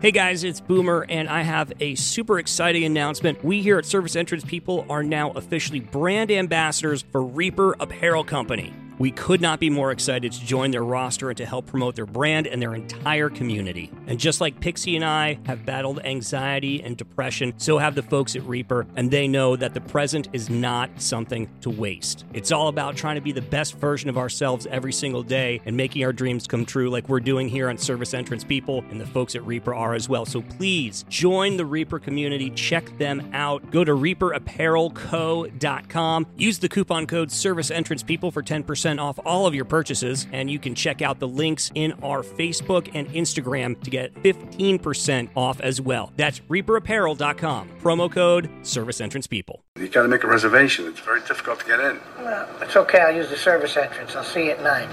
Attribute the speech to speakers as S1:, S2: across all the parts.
S1: Hey guys, it's Boomer, and I have a super exciting announcement. We here at Service Entrance People are now officially brand ambassadors for Reaper Apparel Company. We could not be more excited to join their roster and to help promote their brand and their entire community. And just like Pixie and I have battled anxiety and depression, so have the folks at Reaper, and they know that the present is not something to waste. It's all about trying to be the best version of ourselves every single day and making our dreams come true, like we're doing here on Service Entrance People, and the folks at Reaper are as well. So please join the Reaper community, check them out. Go to reaperapparelco.com, use the coupon code Service Entrance People for 10% off all of your purchases. And you can check out the links in our Facebook and Instagram to get 15% off as well. That's reaperapparel.com. Promo code service entrance people.
S2: You got to make a reservation. It's very difficult to get in.
S3: Well, it's okay. I'll use the service entrance. I'll see you at nine.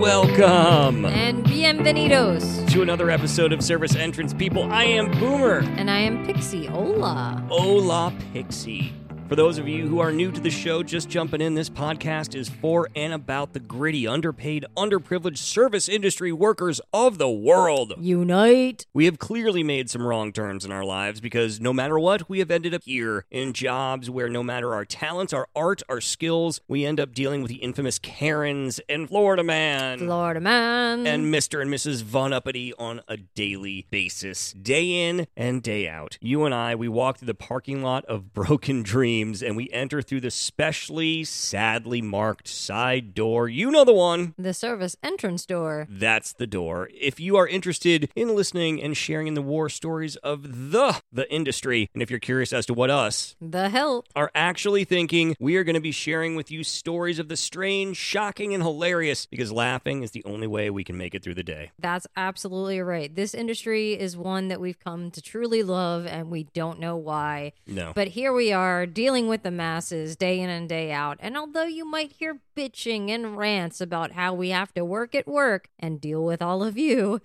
S1: Welcome
S4: And bienvenidos.
S1: to another episode of Service Entrance People. I am Boomer.
S4: And I am Pixie. Hola.
S1: Hola Pixie. For those of you who are new to the show, just jumping in, this podcast is for and about the gritty, underpaid, underprivileged service industry workers of the world.
S4: Unite.
S1: We have clearly made some wrong turns in our lives because no matter what, we have ended up here in jobs where no matter our talents, our art, our skills, we end up dealing with the infamous Karens and Florida Man.
S4: Florida man.
S1: and Mr. and Mrs. Von Uppity on a daily basis, day in and day out. You and I, we walk through the parking lot of Broken Dreams and we enter through the specially, sadly marked side door. You know the one.
S4: the service entrance door.
S1: That's the door. If you are interested in listening and sharing in the war stories of the the industry, and if you're curious as to what us
S4: The help.
S1: are actually thinking, we are going to be sharing with you stories of the strange, shocking, and hilarious because laughing is the only way we can make it through the day.
S4: That's absolutely right. This industry is one that we've come to truly love and we don't know why.
S1: No.
S4: But here we are dealing with the masses day in and day out. And although you might hear bitching and rants about how we have to work at work and deal with all of you,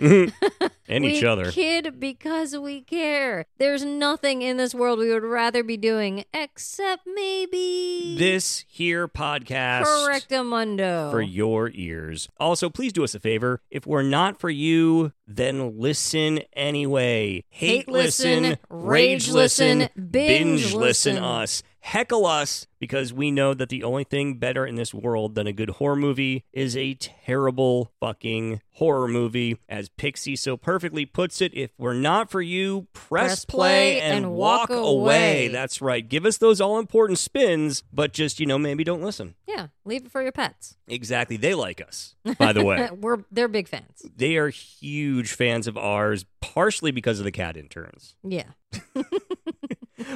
S1: and
S4: we
S1: each other.
S4: kid because we care. There's nothing in this world we would rather be doing except maybe
S1: This here podcast
S4: correctamundo.
S1: for your ears. Also, please do us a favor. If we're not for you, then listen anyway.
S4: Hate listen, rage listen, binge listen.
S1: us. Heckle us because we know that the only thing better in this world than a good horror movie is a terrible fucking horror movie. As Pixie so perfectly puts it, if we're not for you, press,
S4: Press play
S1: and,
S4: and
S1: walk
S4: walk
S1: away.
S4: away.
S1: That's right. Give us those all important spins, but just, you know, maybe don't listen.
S4: yeah, leave it for your pets.
S1: Exactly. They like us, by the way.
S4: We're they're big fans.
S1: they are huge fans of ours, partially because of the cat interns.
S4: Yeah.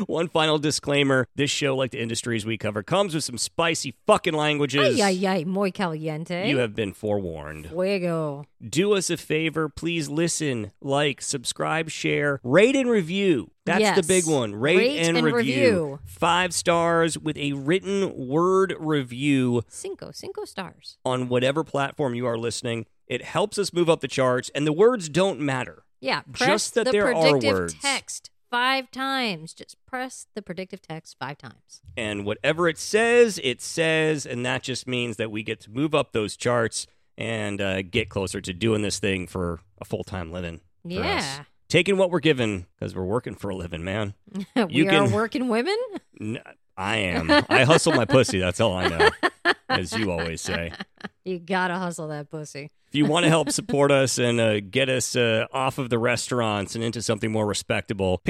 S1: One final disclaimer this show, like the industries we cover, comes with some spicy fucking languages.
S4: Ay ay ay, muy caliente.
S1: You have been forewarned.
S4: fuego.
S1: Do us a favor. Please listen, like, subscribe, share, rate, and review. That's the
S4: Yes.
S1: big one. Rate,
S4: Rate
S1: and,
S4: and
S1: review.
S4: review.
S1: Five stars with a written word review
S4: Cinco, cinco stars.
S1: on whatever platform you are listening. It helps us move up the charts, and the words don't matter.
S4: Yeah,
S1: Just
S4: press
S1: that
S4: the
S1: there are
S4: predictive
S1: words.
S4: text five times. Just press the predictive text five times.
S1: and whatever it says, it says, and that just means that we get to move up those charts and uh, get closer to doing this thing for a full time living. for us.
S4: Yeah.
S1: taking what we're given because we're working for a living, man.
S4: we
S1: You
S4: are
S1: can-
S4: working women.
S1: N- I am. I hustle my pussy. That's all I know, as you always say.
S4: You gotta hustle that pussy.
S1: If you want to help support us and uh, get us uh, off of the restaurants and into something more respectable,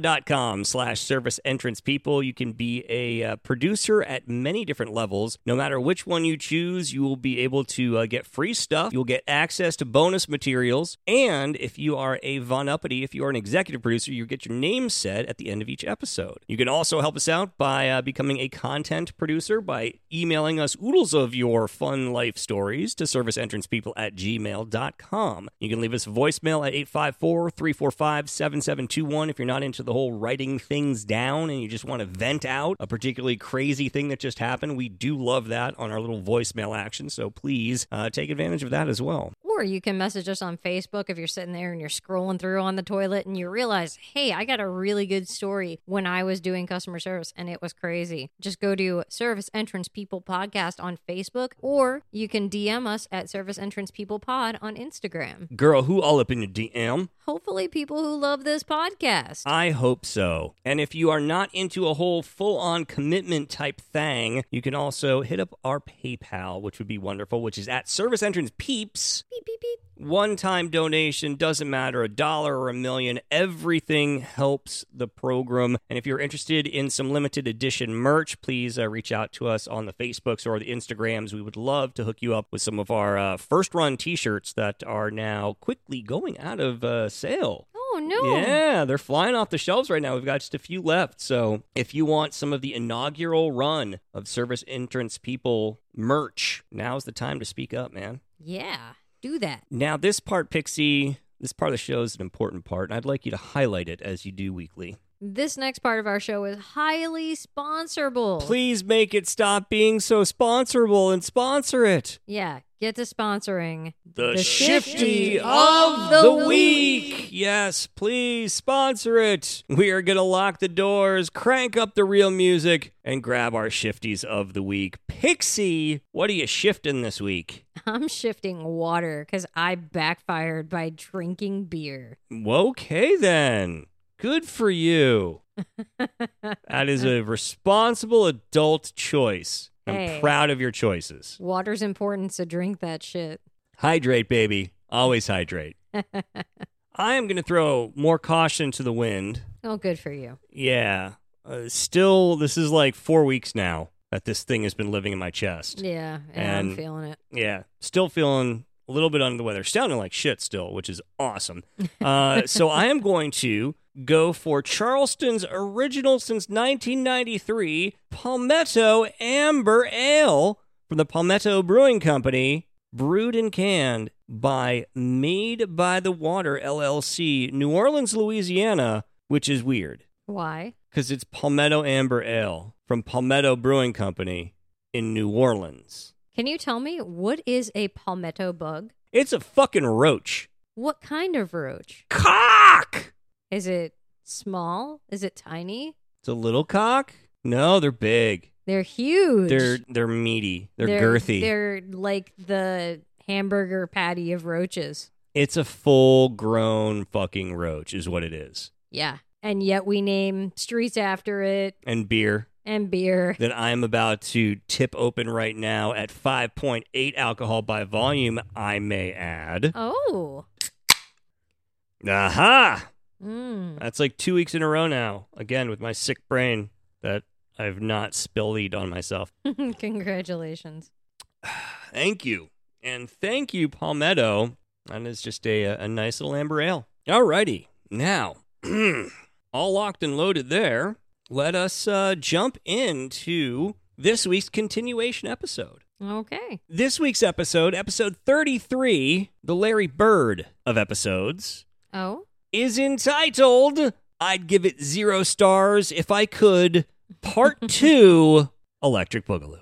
S1: patreon.com slash service entrance people. You can be a uh, producer at many different levels. No matter which one you choose, you will be able to uh, get free stuff. You'll get access to bonus materials. And if you are a Von Uppity, if you are an executive producer, you get your name said at the end of each episode. You can also help us out by uh, becoming a content producer by emailing us oodles of your fun life stories to serviceentrancepeople at gmail.com. You can leave us a voicemail at 854 345 7721 if you're not into the whole writing things down and you just want to vent out a particularly crazy thing that just happened. We do love that on our little voicemail action, so please uh, take advantage of that as well.
S4: Or you can message us on Facebook if you're sitting there and you're scrolling through on the toilet and you realize, hey, I got a really good story when I was doing customer service and it was crazy. Just go to Service Entrance People Podcast on Facebook, or you can DM us at Service Entrance People Pod on Instagram.
S1: Girl, who all up in your DM?
S4: Hopefully, people who love this podcast.
S1: I hope so. And if you are not into a whole full on commitment type thing, you can also hit up our PayPal, which would be wonderful, which is at Service Entrance Peeps.
S4: Beep, beep, beep.
S1: One time donation, doesn't matter, a dollar or a million, everything helps the program. And if you're interested in some limited edition merch, please uh, reach out to us on the Facebooks or the Instagrams. We would love to hook you up with some of our uh, first run t shirts that are now quickly going out of uh, sale.
S4: Oh, no.
S1: Yeah, they're flying off the shelves right now. We've got just a few left. So if you want some of the inaugural run of service entrance people merch, now's the time to speak up, man.
S4: Yeah, do that.
S1: Now, this part, Pixie, this part of the show is an important part, and I'd like you to highlight it as you do weekly.
S4: This next part of our show is highly sponsorable.
S1: Please make it stop being so sponsorable and sponsor it.
S4: Yeah, get to sponsoring.
S1: The,
S4: Shifty of the Week.
S1: Yes, please sponsor it. We are going to lock the doors, crank up the real music, and grab our Shifties of the Week. Pixie, what are you shifting this week?
S4: I'm shifting water because I backfired by drinking beer.
S1: Okay, then. Good for you. that is a responsible adult choice. I'm
S4: Hey.
S1: proud of your choices.
S4: Water's important, so drink that shit.
S1: Hydrate, baby. Always hydrate. I am going to throw more caution to the wind.
S4: Oh, good for you.
S1: Yeah. Uh, still, this is like four weeks now that this thing has been living in my chest. Yeah.
S4: Yeah, and I'm
S1: And-
S4: feeling it.
S1: Still feeling a little bit under the weather. Sounding like shit still, which is awesome. Uh, so I am going to go for Charleston's original since 1993 Palmetto Amber Ale from the Palmetto Brewing Company, brewed and canned by Made by the Water LLC, New Orleans, Louisiana, which is weird
S4: Why?
S1: because it's Palmetto Amber Ale from Palmetto Brewing Company in New Orleans.
S4: Can you tell me what is a palmetto bug?
S1: It's a fucking roach.
S4: What kind of roach?
S1: Cock!
S4: Is it small? Is it tiny?
S1: It's a little cock? No, they're big.
S4: They're huge.
S1: They're they're meaty. They're, girthy.
S4: They're like the hamburger patty of roaches.
S1: It's a full grown fucking roach, is what it is.
S4: Yeah. And yet we name streets after it
S1: And beer
S4: and beer.
S1: that I'm about to tip open right now at 5.8 alcohol by volume, I may add.
S4: Oh. Uh-huh.
S1: Aha!
S4: Mm.
S1: That's like two weeks in a row now. Again, with my sick brain that I've not spillied on myself.
S4: Congratulations.
S1: Thank you. And thank you, Palmetto. That is just a, a nice little amber ale. Alrighty. Now, all locked and loaded there. Let us uh, jump into this week's continuation episode.
S4: Okay.
S1: This week's episode, episode 33, the Larry Bird of episodes,
S4: Oh.
S1: is entitled I'd Give It Zero Stars If I Could, Part Two Electric Boogaloo.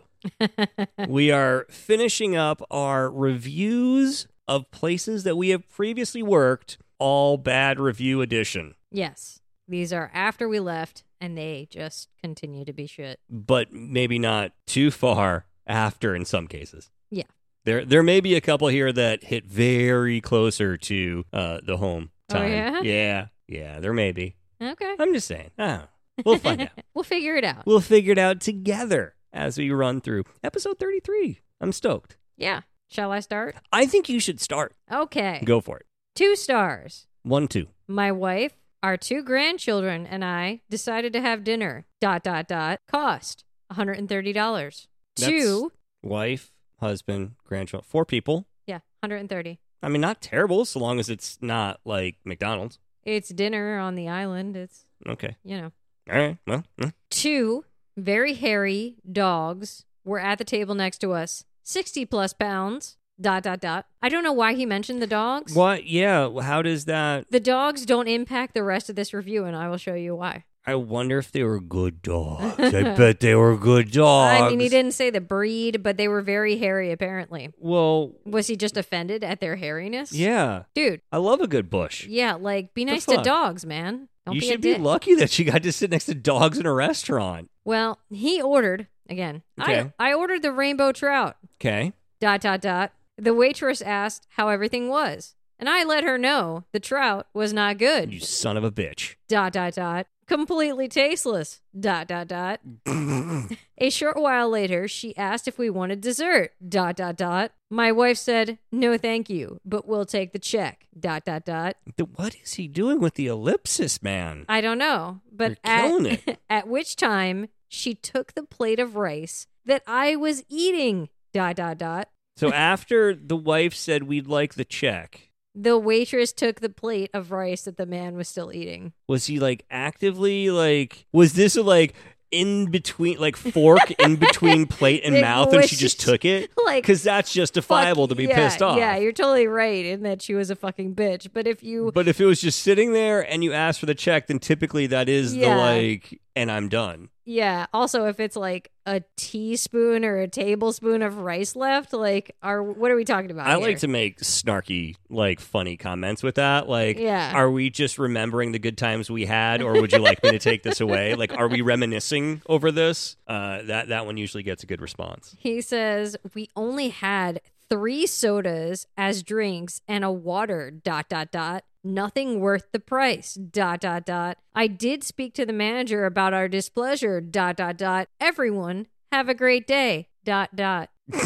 S1: we are finishing up our reviews of places that we have previously worked, all bad review edition.
S4: Yes. These are after we left and they just continue to be shit.
S1: but maybe not too far after in some cases.
S4: Yeah.
S1: There there may be a couple here that hit very closer to uh, the home
S4: Oh,
S1: time.
S4: yeah?
S1: yeah. Yeah, there may be.
S4: Okay.
S1: I'm just saying. I don't know. We'll find out.
S4: We'll figure it out.
S1: We'll figure it out together as we run through episode 33. I'm stoked.
S4: Yeah. Shall I start?
S1: I think you should start.
S4: Okay.
S1: Go for it.
S4: Two stars.
S1: One, two.
S4: My wife, our two grandchildren, and I decided to have dinner. Dot dot dot. Cost $130. Two.
S1: Wife, husband, grandchild, four people.
S4: Yeah, 130.
S1: I mean, not terrible so long as it's not like McDonald's.
S4: It's dinner on the island. It's,
S1: Okay.
S4: you know.
S1: All right. Well, mm.
S4: Two very hairy dogs were at the table next to us. 60 plus pounds. Dot dot dot. I don't know why he mentioned the dogs.
S1: What? Yeah. How does that?
S4: The dogs don't impact the rest of this review, and I will show you why.
S1: I wonder if they were good dogs. I bet they were good dogs.
S4: I mean, he didn't say the breed, but they were very hairy, apparently.
S1: Well,
S4: Was he just offended at their hairiness?
S1: yeah.
S4: Dude,
S1: I love a good bush.
S4: yeah, like, be
S1: The
S4: nice to
S1: fuck?
S4: dogs, man. Don't
S1: you
S4: be a
S1: should be
S4: dick.
S1: lucky that you got to sit next to dogs in a restaurant.
S4: well, he ordered, again,
S1: Okay.
S4: I, I ordered the rainbow trout.
S1: Okay.
S4: dot dot dot. The waitress asked how everything was, and I let her know the trout was not good.
S1: You son of a bitch.
S4: dot dot dot completely tasteless dot dot dot a short while later she asked if we wanted dessert dot dot dot my wife said no thank you but we'll take the check dot dot dot
S1: The- What is he doing with the ellipsis, man?
S4: i don't know but
S1: You're killing
S4: at, at which time she took the plate of rice that i was eating dot dot dot
S1: So after the wife said we'd like the check,
S4: the waitress took the plate of rice that the man was still eating
S1: was he like actively like was this like in between like fork in between plate and
S4: It
S1: mouth and she
S4: was
S1: just
S4: just
S1: took it?
S4: like
S1: Because that's justifiable
S4: fuck-
S1: to be
S4: yeah,
S1: pissed off.
S4: yeah you're totally right in that she was a fucking bitch but if you
S1: But if it was just sitting there and you asked for the check, then typically that is the
S4: Yeah.
S1: like, and I'm done.
S4: Yeah. Also, if it's like a teaspoon or a tablespoon of rice left, like, are what are we talking about?
S1: I
S4: here?
S1: like to make snarky, like funny comments with that. Like,
S4: Yeah.
S1: are we just remembering the good times we had, or would you like me to take this away? Like, are we reminiscing over this? Uh, that that one usually gets a good response.
S4: He says we only had three sodas as drinks and a water. Dot dot dot. Nothing worth the price. Dot dot dot. I did speak to the manager about our displeasure. Dot dot dot. Everyone have a great day. Dot dot.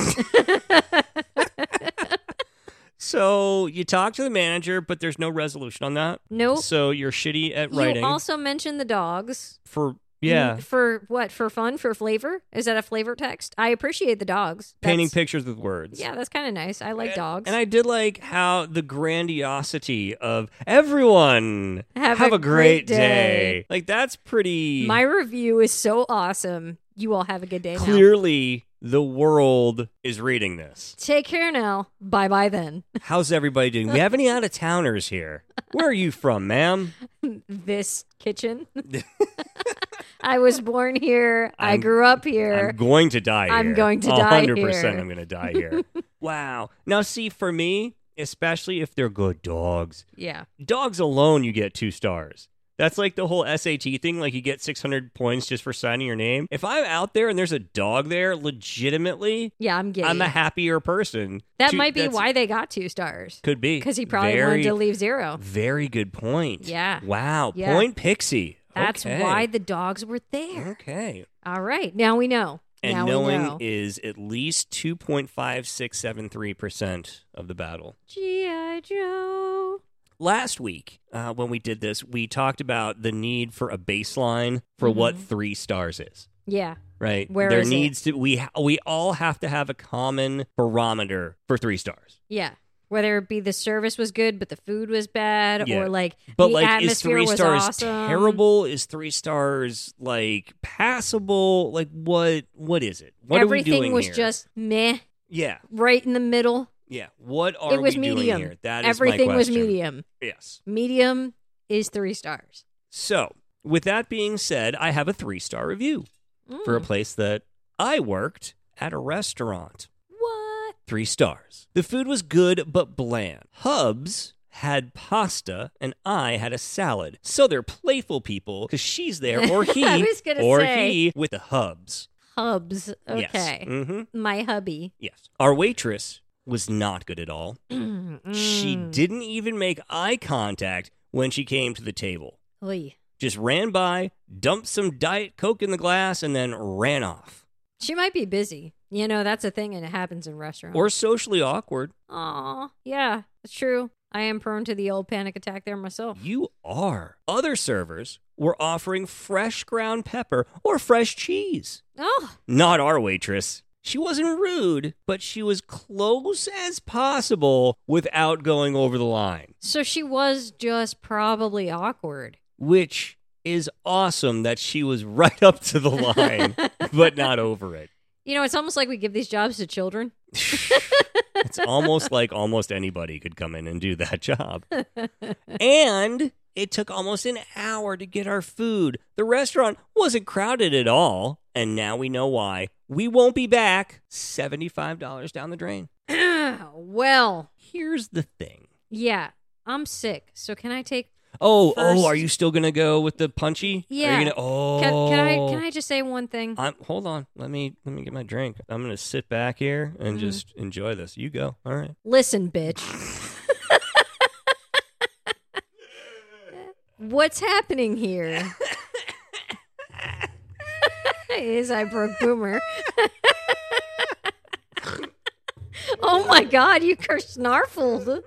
S1: So you talk to the manager, but there's no resolution on that.
S4: Nope.
S1: So you're shitty at
S4: Oh. You
S1: writing
S4: also Mm, mentioned the dogs.
S1: for yeah,
S4: For what? For fun? For flavor? Is that a flavor text? I appreciate the dogs. That's-
S1: painting pictures with words.
S4: Yeah, that's kind of nice. I like dogs.
S1: And I did like how the grandiosity of everyone
S4: Have a
S1: great
S4: great
S1: day.
S4: day.
S1: Like that's pretty
S4: My review is so awesome. You all have a good day now.
S1: clearly the world is reading this.
S4: Take care now. Bye bye then.
S1: How's everybody doing? We have any out of towners here? Where are you from, ma'am?
S4: This kitchen. I was born here. i grew up here.
S1: I'm going to die
S4: I'm
S1: here.
S4: going to
S1: 100%
S4: die here.
S1: I'm going to die here. wow. Now see for me, especially if they're good dogs.
S4: yeah.
S1: Dogs alone you get 2 stars. That's like the whole SAT thing like you get 600 points just for signing your name. If I'm out there and there's a dog there legitimately
S4: Yeah, I'm giddy.
S1: I'm a happier person.
S4: that
S1: Two-
S4: might be
S1: that's-
S4: why they got two stars.
S1: Could be
S4: Because he probably wanted
S1: Very-
S4: to leave zero.
S1: Very good point.
S4: Yeah.
S1: Wow.
S4: Yeah.
S1: Point Pixie.
S4: That's
S1: Okay.
S4: why the dogs were there.
S1: Okay.
S4: All right. Now we know.
S1: And
S4: now
S1: knowing
S4: we know.
S1: is at least 2.5673% of the battle.
S4: G.I. Joe.
S1: Last week, uh, when we did this, we talked about the need for a baseline for what three stars is.
S4: Yeah.
S1: Right.
S4: Mm-hmm. Where
S1: there
S4: is it?
S1: needs to we ha- we all have to have a common barometer for three stars.
S4: Yeah. Whether it be the service was good but the food was bad
S1: Yeah.
S4: or like
S1: But
S4: the
S1: like, is
S4: atmosphere
S1: three
S4: was
S1: stars
S4: awesome.
S1: terrible? Is three stars like passable? Like what? What is it? What
S4: Everything
S1: are we doing
S4: was
S1: here?
S4: just meh,
S1: yeah,
S4: right in the middle.
S1: yeah. What are
S4: it was
S1: we
S4: medium.
S1: doing here? That is
S4: Everything
S1: my
S4: was
S1: question.
S4: medium.
S1: Yes.
S4: Medium is three stars.
S1: So with that being said, I have a three star review for a
S4: Hmm. Mm.
S1: place that I worked at a restaurant.
S4: What?
S1: Three stars. The food was good but bland. Hubs had pasta and I had a salad. So they're playful people because she's there or he
S4: I was gonna
S1: or
S4: say.
S1: he with the hubs.
S4: Hubs. Okay.
S1: Yes. hmm
S4: My hubby.
S1: Yes. Our waitress was not good at all. She
S4: Mm.
S1: didn't even make eye contact when she came to the table.
S4: Oy.
S1: Just ran by, dumped some Diet Coke in the glass, and then ran off.
S4: She might be busy. You know, that's a thing and it happens in restaurants.
S1: Or socially awkward.
S4: Aw. Yeah, it's true. I am prone to the old panic attack there myself.
S1: You are. Other servers were offering fresh ground pepper or fresh cheese.
S4: Oh,
S1: Not our waitress. She wasn't rude, but she was close as possible without going over the line,
S4: so she was just probably awkward.
S1: which is awesome that she was right up to the line, but not over it.
S4: You know, it's almost like we give these jobs to children.
S1: It's almost like almost anybody could come in and do that job. And it took almost an hour to get our food. The restaurant wasn't crowded at all. And now we know why. We won't be back $75 down the drain.
S4: well,
S1: Here's the thing.
S4: yeah, I'm sick. So can I take
S1: Oh,
S4: first-
S1: oh, are you still gonna go with the punchy? Are
S4: Yeah.
S1: you gonna? Oh,
S4: Can, can I can I just say one thing?
S1: I'm, hold on. Let me let me get my drink. I'm gonna sit back here and
S4: Mm-hmm.
S1: just enjoy this. You go. All right.
S4: Listen, bitch. What's happening here? Is I broke boomer. oh my god, you kersnarfled.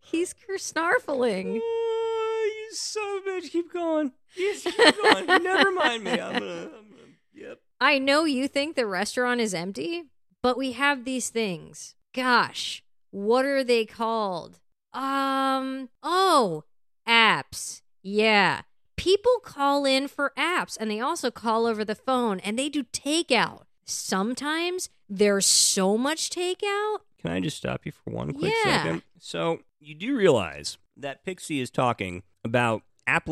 S4: He's kersnarfling.
S1: you so bitch. Keep going. Yes, keep going. Never mind me. I'm gonna. I'm gonna yep.
S4: I know you think the restaurant is empty, but we have these things. Gosh, what are they called? Um, oh, apps. Yeah. People call in for apps and they also call over the phone and they do takeout. Sometimes there's so much takeout.
S1: Can I just stop you for one quick
S4: Yeah.
S1: second? So you do realize that Pixie is talking about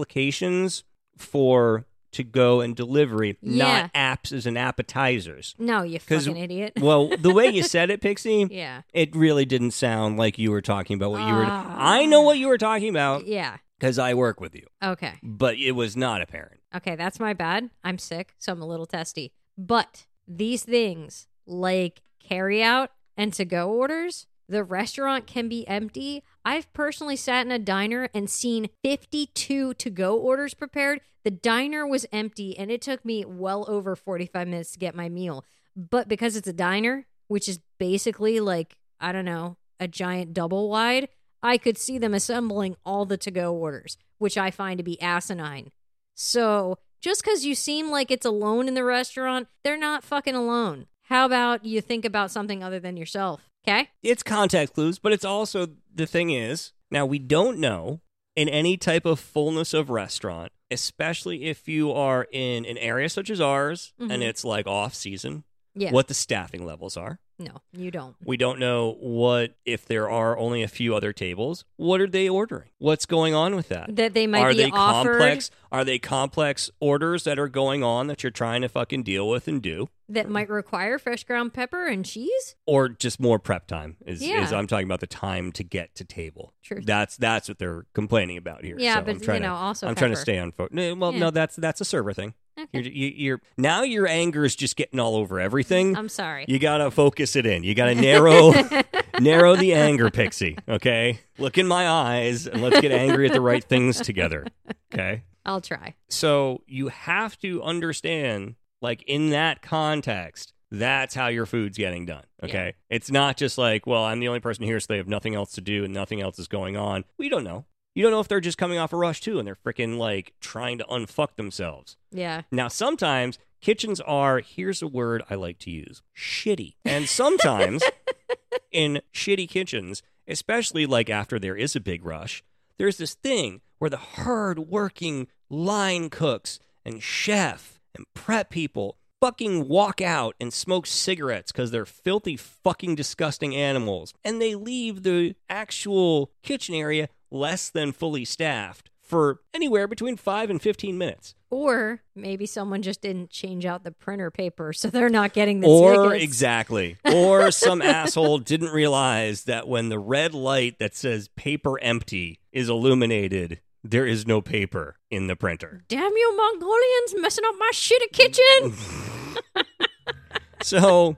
S1: applications for to go and delivery, not apps as an appetizers.
S4: No, you
S1: 'Cause-
S4: fucking idiot.
S1: Well, the way you said it, Pixie,
S4: yeah.
S1: it really didn't sound like you were talking about what you were.
S4: Ah.
S1: I know what you were talking about
S4: Yeah.
S1: because I work with you,
S4: Okay.
S1: but it was not apparent.
S4: Okay, that's my bad. I'm sick, so I'm a little testy. But these things, like carry out and to go orders, the restaurant can be empty. I've personally sat in a diner and seen 52 to go orders prepared. The diner was empty and it took me well over 45 minutes to get my meal. But because it's a diner, which is basically like, I don't know, a giant double wide, I could see them assembling all the to go orders, which I find to be asinine. So just because you seem like it's alone in the restaurant, they're not fucking alone. How about you think about something other than yourself? Okay?
S1: It's contact clues, but it's also the thing is now we don't know in any type of fullness of restaurant, especially if you are in an area such as ours
S4: Mhm.
S1: and it's like off season,
S4: Yeah.
S1: what the staffing levels are.
S4: No, you don't.
S1: We don't know what if there are only a few other tables. What are they ordering? What's going on with that?
S4: That they might
S1: Uh, are
S4: be
S1: they
S4: offered.
S1: complex? Are they complex orders that are going on that you're trying to fucking deal with and do,
S4: that might require fresh ground pepper and cheese.
S1: or just more prep time? Is, is
S4: Yeah.
S1: I'm talking about the time to get to table.
S4: True.
S1: That's that's what they're complaining about here.
S4: yeah,
S1: So
S4: but
S1: I'm trying
S4: you know,
S1: to,
S4: also
S1: I'm trying to
S4: pepper.
S1: stay on focus. No, well,
S4: Yeah.
S1: no, that's that's a server thing.
S4: Okay.
S1: You're, you, you're now your anger is just getting all over everything.
S4: I'm sorry.
S1: you gotta focus it in. You gotta narrow narrow the anger, Pixie. Okay, look in my eyes and let's get angry at the right things together. Okay.
S4: I'll try.
S1: So you have to understand, like in that context, that's how your food's getting done. Okay. It's not just like, well, I'm the only person here, so they have nothing else to do and nothing else is going on. We don't know. You don't know if they're just coming off a rush too and they're freaking like trying to unfuck themselves.
S4: Yeah.
S1: Now, sometimes kitchens are, here's a word I like to use shitty. And sometimes in shitty kitchens, especially like after there is a big rush, there's this thing where the hard working line cooks and chef and prep people fucking walk out and smoke cigarettes because they're filthy fucking disgusting animals and they leave the actual kitchen area less than fully staffed for anywhere between 5 and 15 minutes
S4: Or maybe someone just didn't change out the printer paper, so they're not getting the
S1: or
S4: tickets.
S1: exactly or some asshole didn't realize that when the red light that says paper empty is illuminated there is no paper in the printer
S4: Damn you Mongolians messing up my shitty kitchen.
S1: so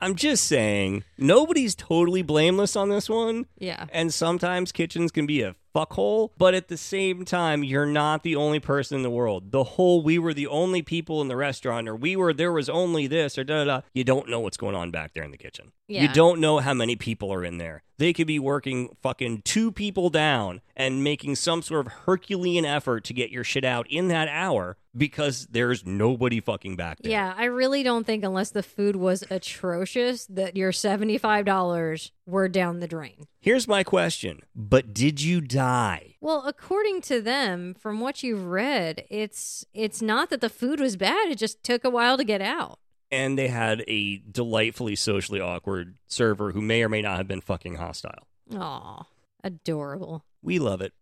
S1: i'm just saying nobody's totally blameless on this one
S4: yeah.
S1: and sometimes kitchens can be a fuckhole but at the same time you're not the only person in the world the whole we were the only people in the restaurant or we were there was only this or da da da you don't know what's going on back there in the kitchen you
S4: Yeah.
S1: don't know how many people are in there they could be working fucking two people down and making some sort of herculean effort to get your shit out in that hour because there's nobody fucking back there
S4: Yeah, I really don't think unless the food was atrocious that your $75 were down the drain.
S1: here's my question but did you die
S4: Well, according to them, from what you've read, it's it's not that the food was bad, it just took a while to get out.
S1: and they had a delightfully socially awkward server who may or may not have been fucking hostile.
S4: Aw, adorable.
S1: We love it.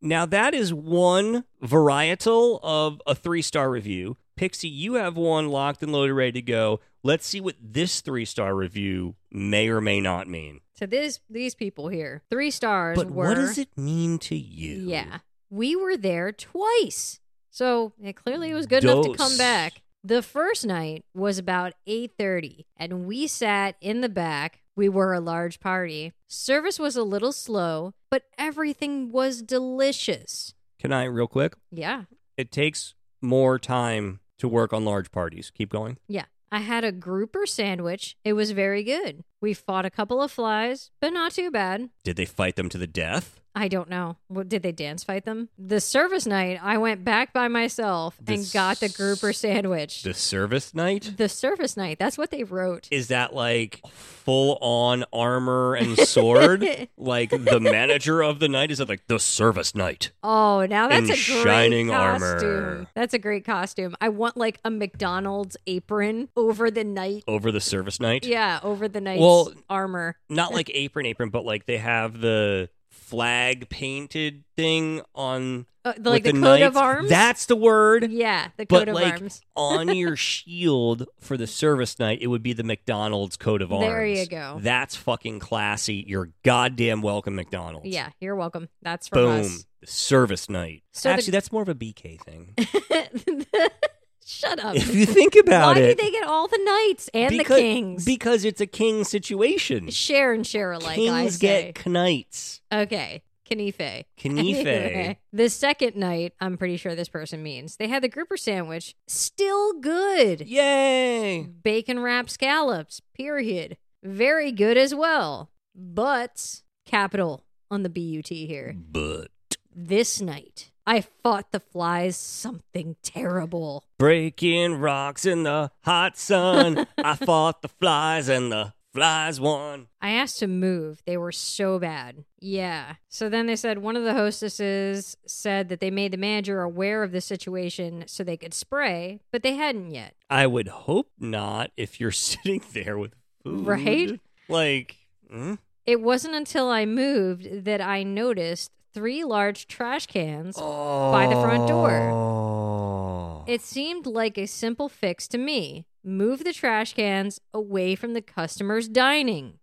S1: now, that is one varietal of a three star review. Pixie, you have one locked and loaded, ready to go. Let's see what this three star review may or may not mean.
S4: to this these people here. Three stars
S1: But
S4: were
S1: what does it mean to you?
S4: Yeah. We were there twice. So it clearly was good enough to come
S1: Dose.
S4: back. The first night was about 8:30 and we sat in the back. We were a large party. Service was a little slow, but everything was delicious.
S1: Can I, real quick?
S4: Yeah.
S1: It takes more time to work on large parties. Keep going.
S4: Yeah. I had a grouper sandwich. It was very good. We fought a couple of flies, but not too bad.
S1: Did they fight them to the death?
S4: I don't know. What, did they dance fight them? The service night, I went back by myself
S1: The
S4: and got the grouper sandwich.
S1: The service night?
S4: The service night. That's what they wrote.
S1: Is that like full on armor and sword? like the manager of the night? Is that like the service night?
S4: Oh, now that's
S1: In
S4: a great
S1: shining
S4: costume.
S1: armor.
S4: That's a great costume. I want like a McDonald's apron over the night.
S1: Over the service night?
S4: Yeah, over the night's
S1: Well-
S4: armor.
S1: Not like apron, apron, but like they have the flag painted thing on
S4: Uh, like the,
S1: with the,
S4: coat of
S1: knights.
S4: arms.
S1: That's the word.
S4: yeah, the
S1: but
S4: coat of
S1: like
S4: arms.
S1: on your shield for the service night, it would be the McDonald's coat of arms.
S4: There you go.
S1: That's fucking classy. You're goddamn welcome, McDonald's.
S4: Yeah, you're welcome. That's from
S1: Boom.
S4: us.
S1: The service night.
S4: So the-
S1: Actually, that's more of a BK thing.
S4: Shut up.
S1: if you think about
S4: Why
S1: it,
S4: do they get all the knights and
S1: because,
S4: the kings?
S1: because it's a king situation.
S4: share and share alike. I
S1: Kings
S4: say.
S1: get knights.
S4: Okay. Kenife.
S1: Kenife.
S4: Anyway, the second night, I'm pretty sure this person means they had the grouper sandwich, still good.
S1: Yay!
S4: Bacon wrap scallops, period. Very good as well. But capital on the BUT
S1: Mm.
S4: here.
S1: But
S4: This night, I fought the flies something terrible.
S1: breaking rocks in the hot sun. I fought the flies and the flies won.
S4: I asked to move. They were so bad. Yeah. So then they said one of the hostesses said that they made the manager aware of the situation so they could spray, but they hadn't yet.
S1: I would hope not if you're sitting there with food.
S4: Right?
S1: Like, mm,
S4: It wasn't until I moved that I noticed three large trash cans.
S1: Oh. by
S4: the front door.
S1: door.
S4: It seemed like a simple fix to me move the trash cans away from the customer's dining.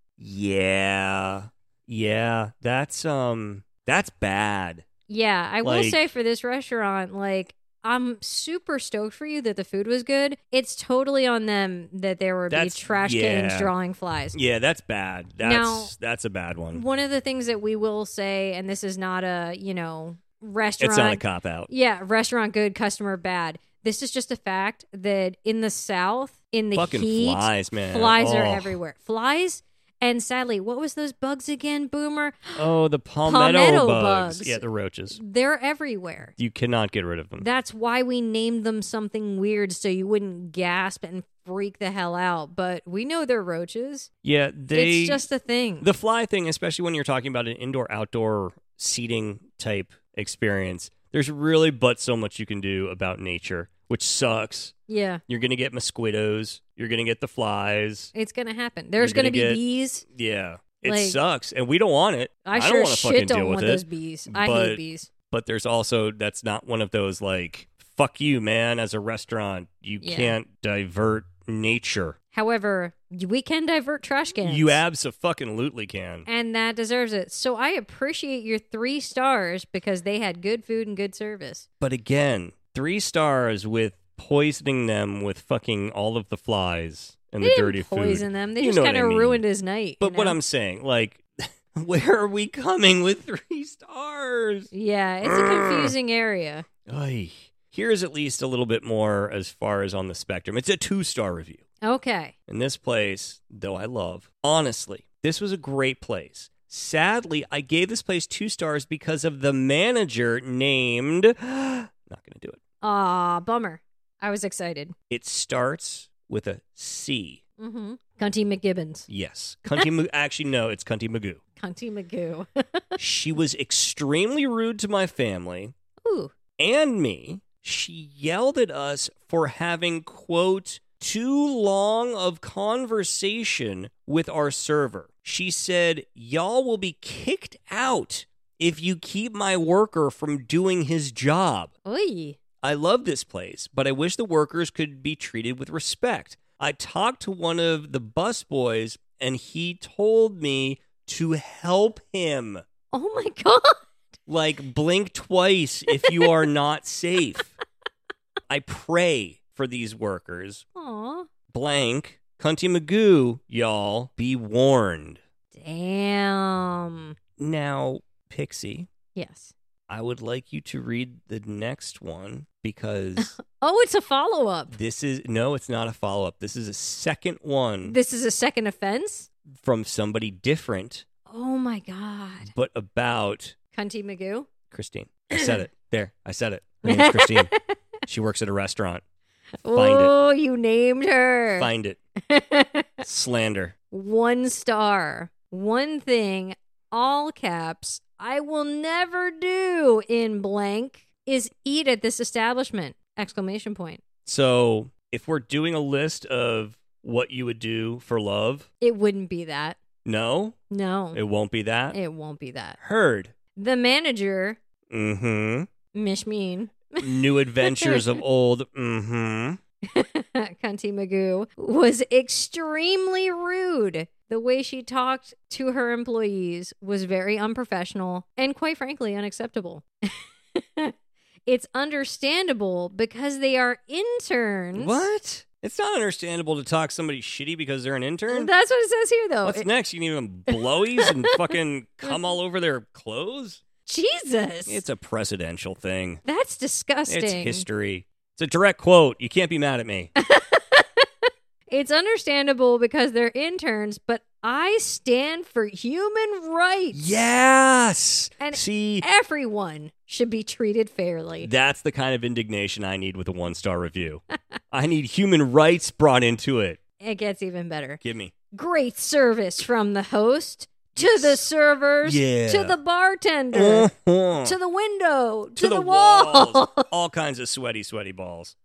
S1: yeah. Yeah. That's, um, that's bad.
S4: Yeah, I will
S1: Like-
S4: say for this restaurant, like, I'm super stoked for you that the food was good. It's totally on them that there would
S1: That's-
S4: be trash
S1: yeah.
S4: cans drawing flies.
S1: Yeah, that's bad. That's,
S4: Now-
S1: that's a bad one.
S4: One of the things that we will say, and this is not a, you know, restaurant.
S1: It's not a cop out.
S4: Yeah, restaurant good, customer bad. This is just a fact that in the South, in the
S1: Fucking
S4: heat,
S1: flies, man.
S4: flies are
S1: Oh.
S4: everywhere. Flies and sadly, what was those bugs again, Boomer?
S1: Oh, the palmetto,
S4: Palmetto
S1: bugs.
S4: bugs.
S1: Yeah, the roaches.
S4: They're everywhere.
S1: You cannot get rid of them.
S4: That's why we named them something weird so you wouldn't gasp and freak the hell out. But we know they're roaches.
S1: yeah, they.
S4: it's just a thing.
S1: The fly thing, especially when you're talking about an indoor outdoor seating type experience, there's really but so much you can do about nature, which sucks.
S4: yeah,
S1: You're going to get mosquitoes, you're going to get the flies.
S4: it's gonna happen. There's
S1: You're
S4: gonna,
S1: gonna
S4: be
S1: get-
S4: bees.
S1: Yeah. It
S4: Like-
S1: sucks, and we don't want it.
S4: I,
S1: don't
S4: sure
S1: want to fucking
S4: shit don't
S1: deal with
S4: want
S1: it.
S4: those bees. I
S1: but-
S4: hate bees.
S1: But there's also that's not one of those like fuck you, man. As a restaurant, you
S4: Yeah.
S1: can't divert nature.
S4: However, we can divert trash cans.
S1: You abso-fucking-lutely can.
S4: and that deserves it. So I appreciate your three stars because they had good food and good service.
S1: But again, three stars with poisoning them with fucking all of the flies and
S4: they
S1: the
S4: didn't
S1: dirty
S4: poison
S1: food.
S4: them. They
S1: You
S4: just
S1: know what
S4: kind
S1: I
S4: of
S1: mean.
S4: ruined his night.
S1: But
S4: you
S1: what
S4: know?
S1: I'm saying, like, where are we coming with three stars?
S4: yeah, it's a confusing area.
S1: Ay. Here's at least a little bit more as far as on the spectrum. It's a two star review.
S4: Okay,
S1: And this place, though I love, honestly, this was a great place. Sadly, I gave this place two stars because of the manager named. Not going to do it.
S4: ah, bummer. I was excited.
S1: It starts with a C.
S4: Mm-hmm. Cunty McGibbons,
S1: Yes. Cunty Magoo. Actually, no, it's Cunty Magoo.
S4: Cunty Magoo.
S1: She was extremely rude to my family
S4: Ooh,
S1: and me. She yelled at us for having, quote, too long of conversation with our server. She said, Y'all will be kicked out if you keep my worker from doing his job.
S4: oy.
S1: I love this place, but I wish the workers could be treated with respect. I talked to one of the busboys, and he told me to help him.
S4: Oh my god.
S1: Like, blink twice if you are not safe. I pray for these workers.
S4: Aw.
S1: Blank, Cunty Magoo, y'all, be warned.
S4: Damn.
S1: Now, Pixie,
S4: Yes.
S1: I would like you to read the next one because
S4: Oh, it's a follow up.
S1: this is no, it's not a follow up. This is a second one
S4: This is a second offense?
S1: from somebody different,
S4: Oh my god.
S1: but about
S4: Cunty Magoo?
S1: Christine. I said it. There, I said it. Her name's Christine. she works at a restaurant. Find it.
S4: oh, you named her.
S1: Find it. Slander.
S4: One star. One thing, all caps, I will never do in blank is eat at this establishment. Exclamation point.
S1: So, if we're doing a list of what you would do for love,
S4: It wouldn't be that.
S1: no,
S4: No.
S1: it won't be that.
S4: It won't be that.
S1: Heard.
S4: The manager,
S1: Mm
S4: Mishmeen,
S1: hmm. New adventures of old. Mm hmm.
S4: Cunty Magoo, was extremely rude. The way she talked to her employees was very unprofessional and, quite frankly, unacceptable. it's understandable because they are interns.
S1: What? It's not understandable to talk somebody shitty because they're an intern.
S4: That's what it says here, though.
S1: What's
S4: It-
S1: next? You need them blowies and fucking come all over their clothes?
S4: Jesus.
S1: It's a presidential thing.
S4: That's disgusting.
S1: It's history. It's a direct quote. You can't be mad at me.
S4: It's understandable because they're interns, but I stand for human rights.
S1: yes.
S4: And-
S1: See,
S4: Everyone should be treated fairly.
S1: that's the kind of indignation I need with a one star review. I need human rights brought into it.
S4: It gets even better.
S1: Give me.
S4: Great service from the host to the servers
S1: Yeah.
S4: to the bartender
S1: Uh-huh.
S4: to the window to,
S1: To
S4: the,
S1: walls.
S4: wall.
S1: All kinds of sweaty, sweaty balls.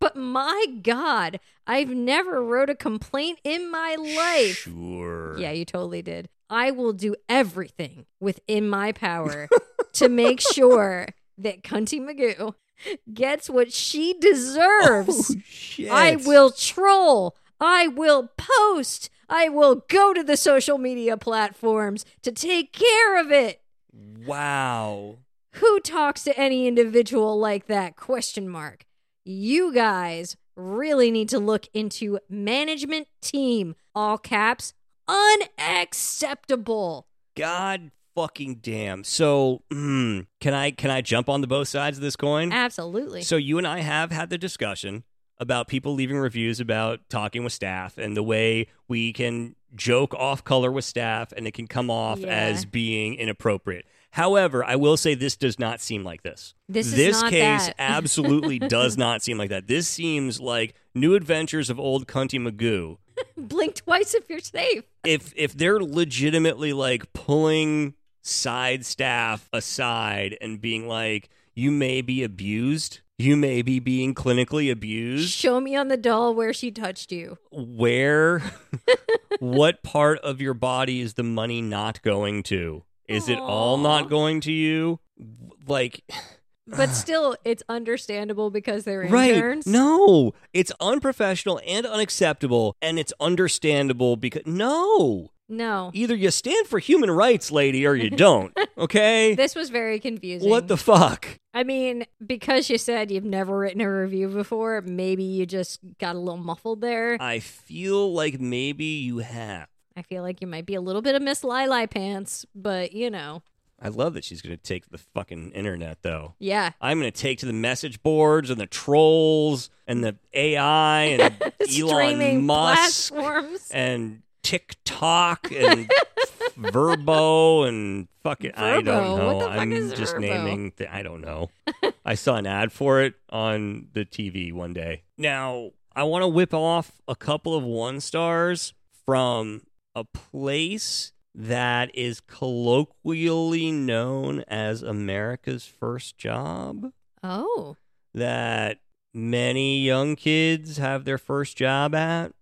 S4: But my God, I've never wrote a complaint in my life.
S1: Sure.
S4: Yeah, you totally did. I will do everything within my power to make sure that Cunty Magoo gets what she deserves.
S1: Oh, shit.
S4: I will troll. I will post. I will go to the social media platforms to take care of it.
S1: Wow.
S4: Who talks to any individual like that? Question mark. You guys really need to look into management team. All caps. Unacceptable.
S1: God fucking damn. So, mm, can I can I jump on the both sides of this coin?
S4: Absolutely.
S1: So you and I have had the discussion about people leaving reviews about talking with staff and the way we can joke off color with staff and it can come off
S4: Yeah.
S1: as being inappropriate. However, I will say this does not seem like this.
S4: This is not
S1: case
S4: that.
S1: absolutely does not seem like that. This seems like new adventures of old Cunty Magoo.
S4: Blink twice if you're safe.
S1: If if they're legitimately like pulling side staff aside and being like, you may be abused, you may be being clinically abused.
S4: Show me on the doll where she touched you.
S1: where what part of your body is the money not going to is it all
S4: Aw.
S1: not going to you like
S4: But still, it's understandable because they're
S1: right
S4: interns.
S1: no it's unprofessional and unacceptable and it's understandable because no
S4: No.
S1: either you stand for human rights lady or you don't okay
S4: This was very confusing.
S1: what the fuck
S4: I mean, because you said you've never written a review before, maybe you just got a little muffled there.
S1: i feel like maybe you have
S4: I feel like you might be a little bit of Miss Lili Pants, but you know.
S1: i love that she's gonna take to the fucking internet though
S4: Yeah.
S1: I'm going to take to the message boards and the trolls and the AI and
S4: Streaming
S1: Elon Musk
S4: platforms.
S1: and TikTok and Verbo and fucking I
S4: Verbo?
S1: don't know.
S4: What the fuck
S1: I'm
S4: is
S1: just
S4: Verbo?
S1: naming. Th- I don't know. I saw an ad for it on the TV one day. Now I want to whip off a couple of one stars from a place that is colloquially known as America's first job
S4: Oh.
S1: that many young kids have their first job at.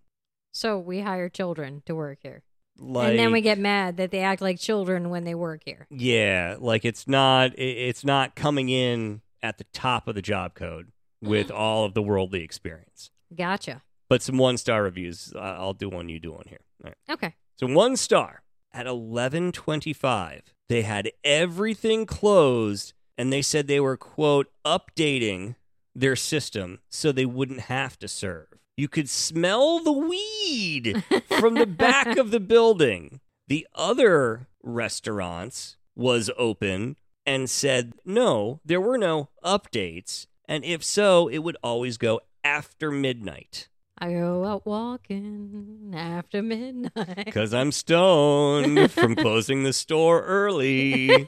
S4: So we hire children to work here.
S1: Like,
S4: and then we get mad that they act like children when they work here.
S1: yeah, like it's not i- it's not coming in at the top of the job code with all of the worldly experience.
S4: Gotcha.
S1: But some one star reviews. I- I'll do one. You do one here. All right.
S4: Okay.
S1: So one star at 11:25. They had everything closed and they said they were quote updating their system so they wouldn't have to serve. You could smell the weed from the back of the building. The other restaurants was open and said no, there were no updates, and if so, it would always go after midnight.
S4: I go out walking after midnight.
S1: Because I'm stoned from closing the store early.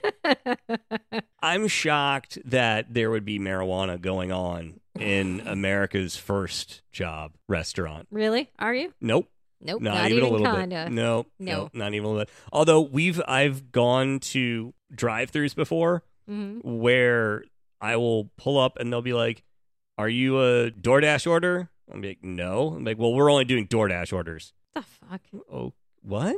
S1: I'm shocked that there would be marijuana going on in America's first job restaurant.
S4: really? Are you?
S1: Nope.
S4: Nope.
S1: Not, even, a little
S4: kinda.
S1: bit. No,
S4: No.
S1: no, not even a little bit. Although we've, I've gone to drive-throughs before
S4: Mhm.
S1: where I will pull up and they'll be like, "Are you a DoorDash order?" I'm like, "No." I'm like, "Well, we're only doing DoorDash orders."
S4: The fuck?
S1: oh what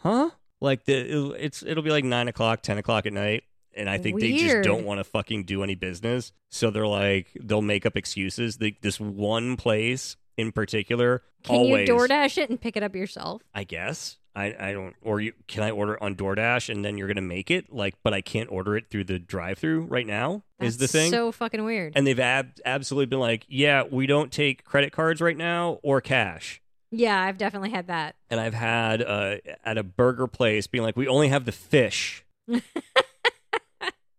S1: huh like the it'll- it's it'll be like nine o'clock ten o'clock at night and i think they just
S4: Weird.
S1: don't want to fucking do any business so they're like they'll make up excuses like this one place in particular
S4: Can
S1: always
S4: you DoorDash it and pick it up yourself?
S1: i guess I, I don't or you can i order on doordash and then you're gonna make it like but i can't order it through the drive-through right now is the
S4: That's
S1: thing
S4: so fucking weird?
S1: and they've ab- absolutely been like yeah we don't take credit cards right now or cash
S4: yeah, I've definitely had that.
S1: and I've had uh, at a burger place being like, we only have the fish.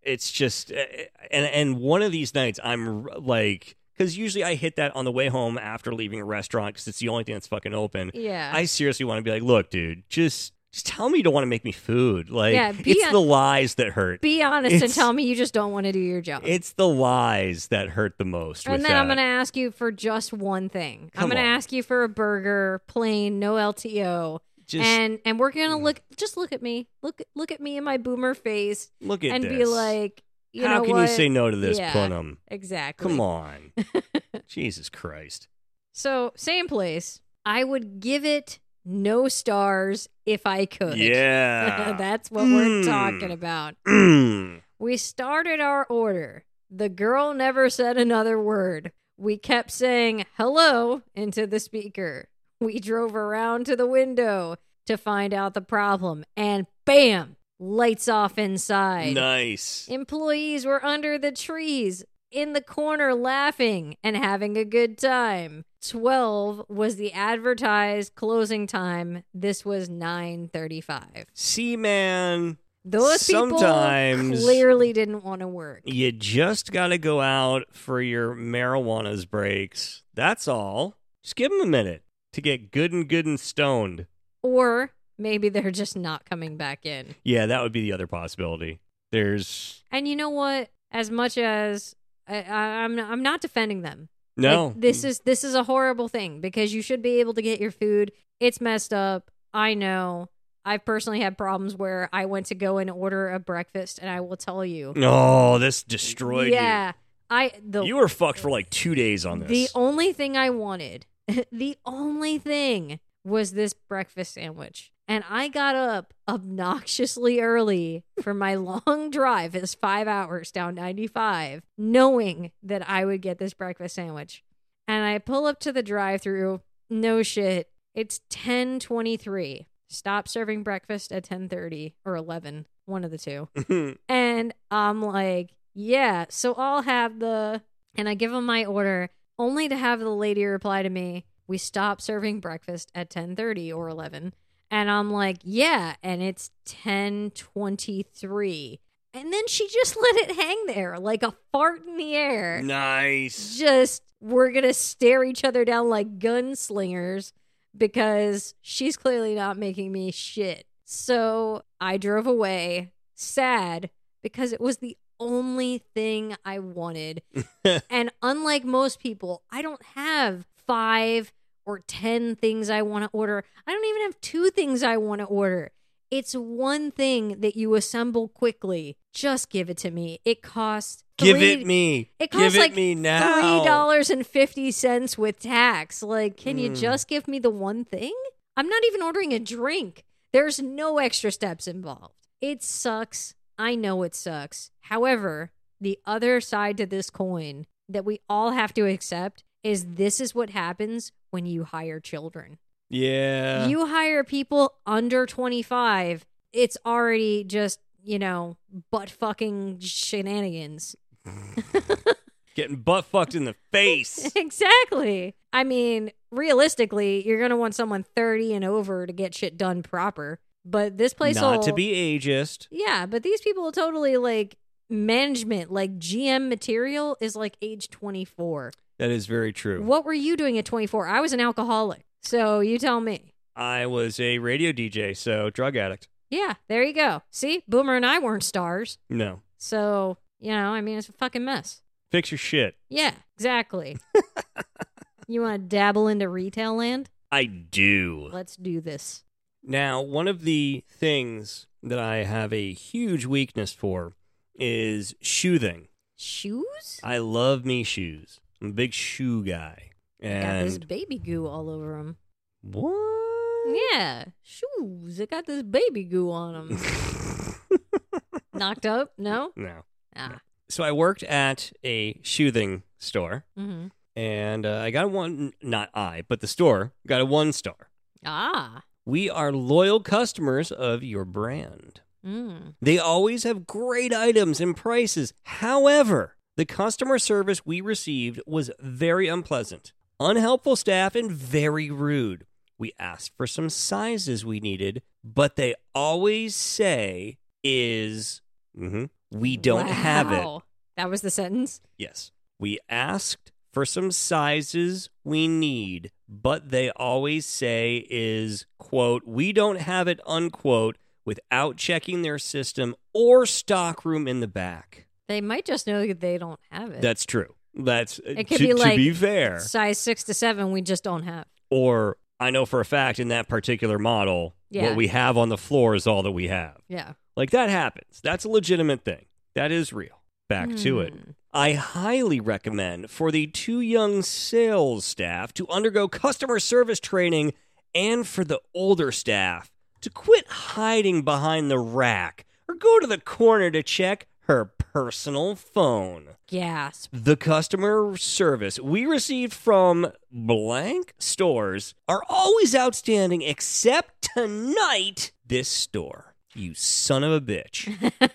S1: it's just, uh, and and one of these nights I'm r- like, because usually I hit that on the way home after leaving a restaurant because it's the only thing that's fucking open.
S4: Yeah.
S1: I seriously want to be like, look, dude, just just tell me you don't want to make me food. Like,
S4: Yeah, be
S1: it's
S4: a-
S1: the lies that hurt.
S4: Be honest and
S1: It's-
S4: tell me you just don't want to do your job.
S1: it's the lies that hurt the most. with
S4: and then I'm
S1: that.
S4: going to ask you for just one thing.
S1: Come
S4: I'm going
S1: on.
S4: to ask you for a burger, plain, no LTO.
S1: just Mm.
S4: and and we're going to look just look at me. Look look at me in my boomer face
S1: look at
S4: and
S1: this.
S4: be like, you
S1: how
S4: know
S1: can
S4: what?
S1: you say no to this,
S4: Yeah.
S1: Punum?
S4: exactly.
S1: Come on, Jesus Christ.
S4: So, same place. I would give it no stars if I could.
S1: Yeah.
S4: That's what
S1: Mm.
S4: we're talking about.
S1: Mm.
S4: We started our order. The girl never said another word. We kept saying hello into the speaker. We drove around to the window to find out the problem, and bam, lights off inside.
S1: nice.
S4: Employees were under the trees in the corner laughing and having a good time. 12 was the advertised closing time. This was 9:35.
S1: See, man,
S4: Those
S1: Sometimes-
S4: people clearly didn't want to work.
S1: you just got to go out for your marijuana's breaks. That's all. Just give them a minute to get good and good and stoned.
S4: Or maybe they're just not coming back in.
S1: Yeah, that would be the other possibility. There's
S4: And you know what? As much as I, I, I'm I'm not defending them.
S1: no.
S4: Like, this is this is a horrible thing because you should be able to get your food. It's messed up. I know. I've personally had problems where I went to go and order a breakfast, and I will tell you.
S1: Oh, this destroyed
S4: yeah, I the
S1: you. You were fucked for like two days on this.
S4: the only thing I wanted, the only thing was this breakfast sandwich. And I got up obnoxiously early for my long drive, it's five hours down 95, knowing that I would get this breakfast sandwich. And I pull up to the drive through. No shit. It's 1023. Stop serving breakfast at 1030 or 11, one of the two. And I'm like, yeah, so I'll have the. And I give them my order, only to have the lady reply to me, "We stop serving breakfast at 10:30 or 11." And I'm like, "Yeah," and it's 10:23. And then she just let it hang there like a fart in the air.
S1: nice.
S4: Just we're going to stare each other down like gunslingers because she's clearly not making me shit. So I drove away sad because it was the only thing I wanted. and unlike most people, I don't have five or 10 things I want to order. I don't even have two things I want to order. It's one thing that you assemble quickly. Just give it to me. It costs
S1: Give
S4: three-
S1: it me.
S4: it
S1: give
S4: costs
S1: it
S4: like
S1: me now.
S4: three dollars and fifty cents with tax. Like, can you
S1: Mm.
S4: just give me the one thing? I'm not even ordering a drink. There's no extra steps involved. It sucks. I know it sucks. However, the other side to this coin that we all have to accept is this is what happens when you hire children.
S1: Yeah.
S4: You hire people under 25, it's already just, you know, butt fucking shenanigans.
S1: Getting butt fucked in the face.
S4: exactly. I mean, realistically, you're going to want someone 30 and over to get shit done proper. But this place
S1: Not
S4: will,
S1: to be ageist.
S4: Yeah, but these people will totally like management, like GM material is like age 24.
S1: That is very true.
S4: What were you doing at 24? I was an alcoholic. So you tell me.
S1: I was a radio DJ, so drug addict.
S4: Yeah, there you go. See, Boomer and I weren't stars.
S1: No.
S4: So, you know, I mean, it's a fucking mess.
S1: Fix your shit.
S4: Yeah, exactly. you want to dabble into retail land?
S1: I do.
S4: Let's do this.
S1: Now, one of the things that I have a huge weakness for is shoething.
S4: Shoes?
S1: I love me shoes. I'm a big shoe guy.
S4: got this
S1: And
S4: baby goo all over them.
S1: what?
S4: Yeah, shoes. It got this baby goo on them. Knocked up? No?
S1: no.
S4: Ah.
S1: So I worked at a shoething store,
S4: Mm-hmm.
S1: and uh, I got a one. Not I, but the store got a one star.
S4: Ah.
S1: We are loyal customers of your brand.
S4: Mm.
S1: They always have great items and prices. However, the customer service we received was very unpleasant, unhelpful staff, and very rude. We asked for some sizes we needed, but they always say, is, mhm, we don't have it.
S4: Wow. That was the sentence?
S1: Yes. We asked for some sizes we need, but they always say is, quote, we don't have it, unquote, without checking their system or stockroom in the back.
S4: They might just know that they don't have it.
S1: That's true. That's uh,
S4: It could
S1: to,
S4: be
S1: to
S4: like
S1: be fair.
S4: Size six to seven, we just don't have.
S1: Or I know for a fact in that particular model,
S4: Yeah.
S1: what we have on the floor is all that we have.
S4: Yeah.
S1: Like that happens. That's a legitimate thing. That is real. Back to it.
S4: Hmm.
S1: I highly recommend for the two young sales staff to undergo customer service training and for the older staff to quit hiding behind the rack or go to the corner to check her personal phone.
S4: Gasp.
S1: The customer service we received from blank stores are always outstanding except tonight this store. You son of a bitch.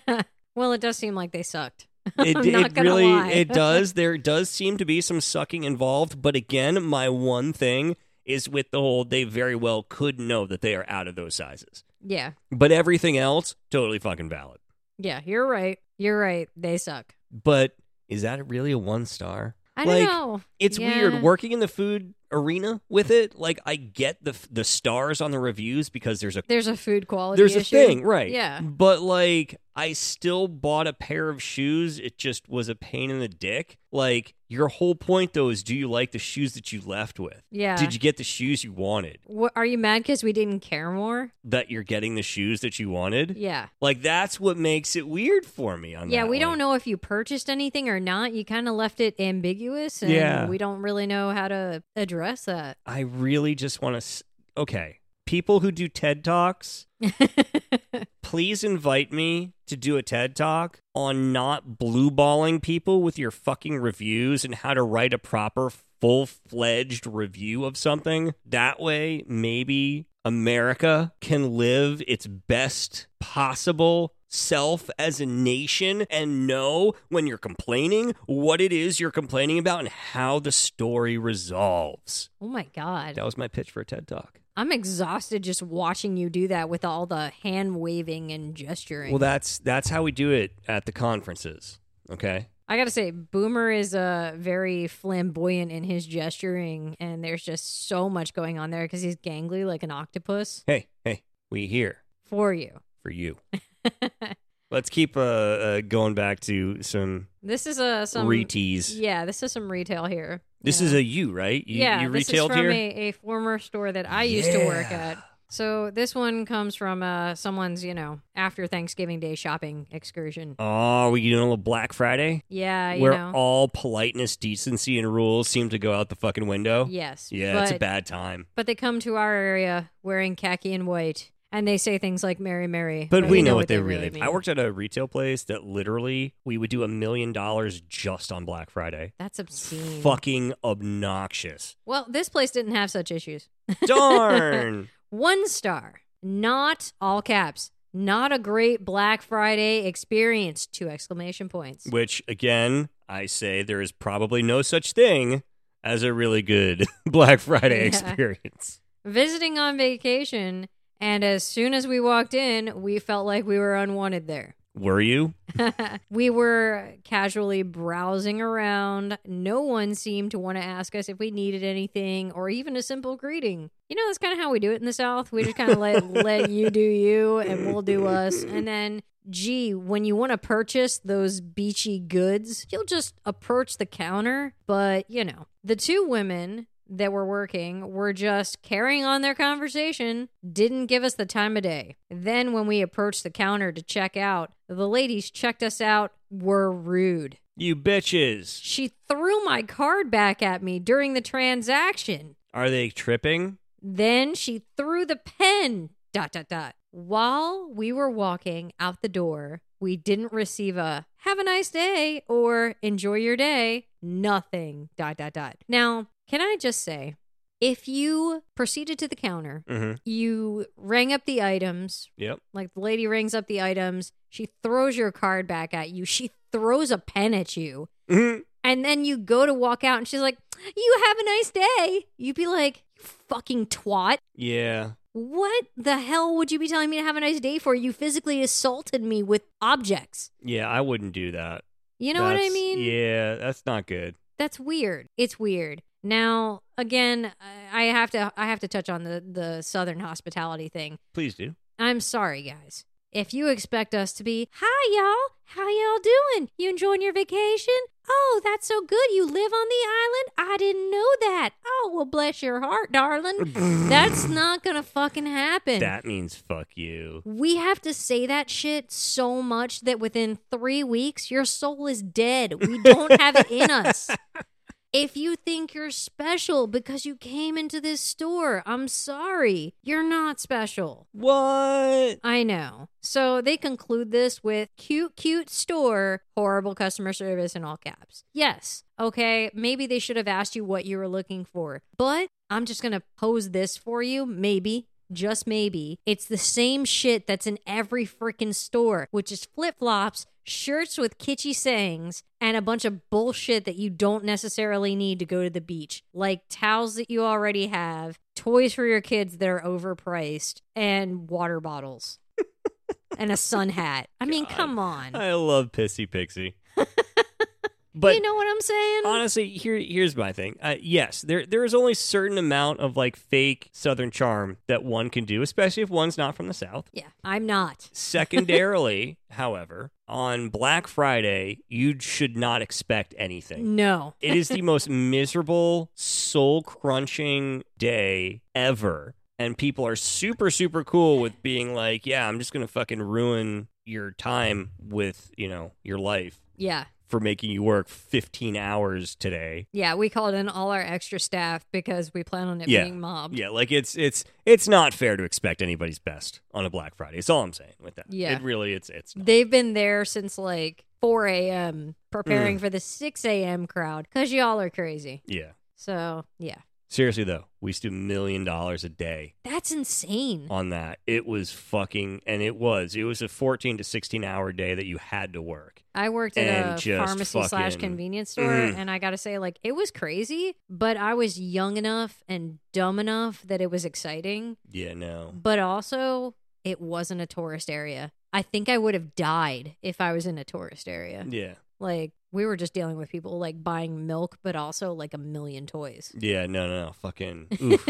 S4: well, it does seem like they sucked.
S1: It,
S4: I'm
S1: it
S4: not gonna
S1: really
S4: lie.
S1: it does. There does seem to be some sucking involved, but again, my one thing is with the whole they very well could know that they are out of those sizes.
S4: Yeah.
S1: But everything else, totally fucking valid.
S4: Yeah. You're right. You're right. They suck.
S1: But is that really a one star?
S4: I
S1: Like,
S4: don't know.
S1: It's
S4: Yeah.
S1: weird working in the food arena with it. Like I get the f- the stars on the reviews because there's a
S4: There's a food quality
S1: there's a
S4: issue.
S1: thing, right?
S4: Yeah.
S1: But like, I still bought a pair of shoes. It just was a pain in the dick. Like, your whole point though is, do you like the shoes that you left with?
S4: Yeah.
S1: Did you get the shoes you wanted?
S4: What, are you mad because we didn't care more?
S1: That you're getting the shoes that you wanted?
S4: Yeah.
S1: Like, that's what makes it weird for me. On
S4: Yeah,
S1: that
S4: we
S1: one.
S4: don't know if you purchased anything or not. You kind of left it ambiguous, and
S1: Yeah.
S4: we don't really know how to address that.
S1: I really just want to. S- okay, people who do TED talks, please invite me to do a TED talk on not blue balling people with your fucking reviews and how to write a proper full fledged review of something. That way, maybe America can live its best possible self as a nation and know when you're complaining what it is you're complaining about and how the story resolves.
S4: oh my god,
S1: That was my pitch for a TED talk.
S4: I'm exhausted just watching you do that with all the hand waving and gesturing.
S1: Well, that's that's how we do it at the conferences. Okay.
S4: I gotta say, Boomer is uh, very flamboyant in his gesturing, and there's just so much going on there because he's gangly like an octopus
S1: Hey, hey, we here
S4: for you.
S1: for you. Let's keep uh, uh going back to some,
S4: This is a some
S1: retees.
S4: Yeah, this is some retail here.
S1: This
S4: you know?
S1: is a you, right? You,
S4: yeah,
S1: you
S4: this is
S1: retailed
S4: from
S1: here.
S4: A, a former store that I used to work
S1: Yeah.
S4: at. So this one comes from uh, someone's, you know, after Thanksgiving Day shopping excursion.
S1: Oh, we doing a little Black Friday
S4: Yeah, you
S1: where
S4: know.
S1: all politeness, decency, and rules seem to go out the fucking window.
S4: yes.
S1: yeah,
S4: but,
S1: it's a bad time.
S4: But they come to our area wearing khaki and white, and they say things like "Mary, Mary,"
S1: But we
S4: you
S1: know what they really
S4: mean.
S1: I worked at a retail place that literally we would do a million dollars just on Black Friday.
S4: That's obscene.
S1: Fucking obnoxious.
S4: Well, this place didn't have such issues.
S1: Darn.
S4: One star. Not all caps. Not a great Black Friday experience. Two exclamation points.
S1: Which, again, I say there is probably no such thing as a really good Black Friday
S4: Yeah.
S1: experience.
S4: Visiting on vacation, and as soon as we walked in, we felt like we were unwanted there.
S1: Were you?
S4: we were casually browsing around. No one seemed to want to ask us if we needed anything or even a simple greeting. You know, that's kind of how we do it in the South. We just kind of let, let you do you and we'll do us. And then, gee, when you want to purchase those beachy goods, you'll just approach the counter. But, you know, the two women that were working were just carrying on their conversation, didn't give us the time of day. Then, when we approached the counter to check out, the ladies checked us out, were rude.
S1: You bitches.
S4: She threw my card back at me during the transaction.
S1: Are they tripping?
S4: Then she threw the pen. Dot, dot, dot. While we were walking out the door, we didn't receive a have a nice day or enjoy your day. Nothing. Dot, dot, dot. Now, can I just say, if you proceeded to the counter,
S1: Mm-hmm.
S4: you rang up the items,
S1: Yep.
S4: like the lady rings up the items, she throws your card back at you, she throws a pen at you,
S1: Mhm.
S4: and then you go to walk out and she's like, You have a nice day. You'd be like, You fucking twat.
S1: Yeah.
S4: What the hell would you be telling me to have a nice day for? You physically assaulted me with objects.
S1: Yeah, I wouldn't do that.
S4: You know what I
S1: That's-
S4: mean?
S1: Yeah, that's not good.
S4: That's weird. It's weird. Now, again, I- I have to I have to touch on the the southern hospitality thing.
S1: Please do.
S4: I'm sorry, guys. If you expect us to be, hi, y'all, how y'all doing? You enjoying your vacation? Oh, that's so good. You live on the island? I didn't know that. Oh, well, bless your heart, darling. that's not going to fucking happen.
S1: That means fuck you.
S4: we have to say that shit so much that within three weeks, your soul is dead. We don't have it in us. If you think you're special because you came into this store, I'm sorry. You're not special.
S1: What?
S4: I know. So they conclude this with cute, cute store, horrible customer service in all caps. Yes. Okay. Maybe they should have asked you what you were looking for. But I'm just going to pose this for you. Maybe. Just maybe. It's the same shit that's in every freaking store, which is flip flops, shirts with kitschy sayings, and a bunch of bullshit that you don't necessarily need to go to the beach, like towels that you already have, toys for your kids that are overpriced, and water bottles and a sun hat. I mean,
S1: God.
S4: come on.
S1: I love Pissy Pixie. but
S4: you know what I'm saying?
S1: honestly, here here's my thing. Uh, yes, there there is only certain amount of like fake Southern charm that one can do, especially if one's not from the South.
S4: yeah, I'm not.
S1: Secondarily, however, on Black Friday, you should not expect anything.
S4: No.
S1: It is the most miserable, soul crunching day ever. And people are super, super cool with being like, yeah, I'm just going to fucking ruin your time with, you know, your life
S4: Yeah.
S1: for making you work 15 hours today.
S4: Yeah, we called in all our extra staff because we plan on it
S1: Yeah.
S4: being mobbed.
S1: Yeah, like it's it's it's not fair to expect anybody's best on a Black Friday. It's all I'm saying with that.
S4: Yeah.
S1: It really it's it's not.
S4: They've been there since like 4 a.m.
S1: Mm.
S4: preparing for the 6 a.m. crowd because y'all are crazy.
S1: Yeah.
S4: So, yeah,
S1: Seriously though, we used to do million dollars a day
S4: that's insane.
S1: on that. It was fucking and it was. It was a 14 to 16 hour day that you had to work.
S4: I worked at
S1: And
S4: a
S1: just
S4: pharmacy slash
S1: fucking-
S4: convenience store,
S1: Mm.
S4: and I gotta say, like, it was crazy, but I was young enough and dumb enough that it was exciting,
S1: Yeah, no.
S4: but also it wasn't a tourist area. I think I would have died if I was in a tourist area.
S1: Yeah.
S4: Like, we were just dealing with people like buying milk, but also like a million toys.
S1: Yeah, no, no, no. Fucking oof.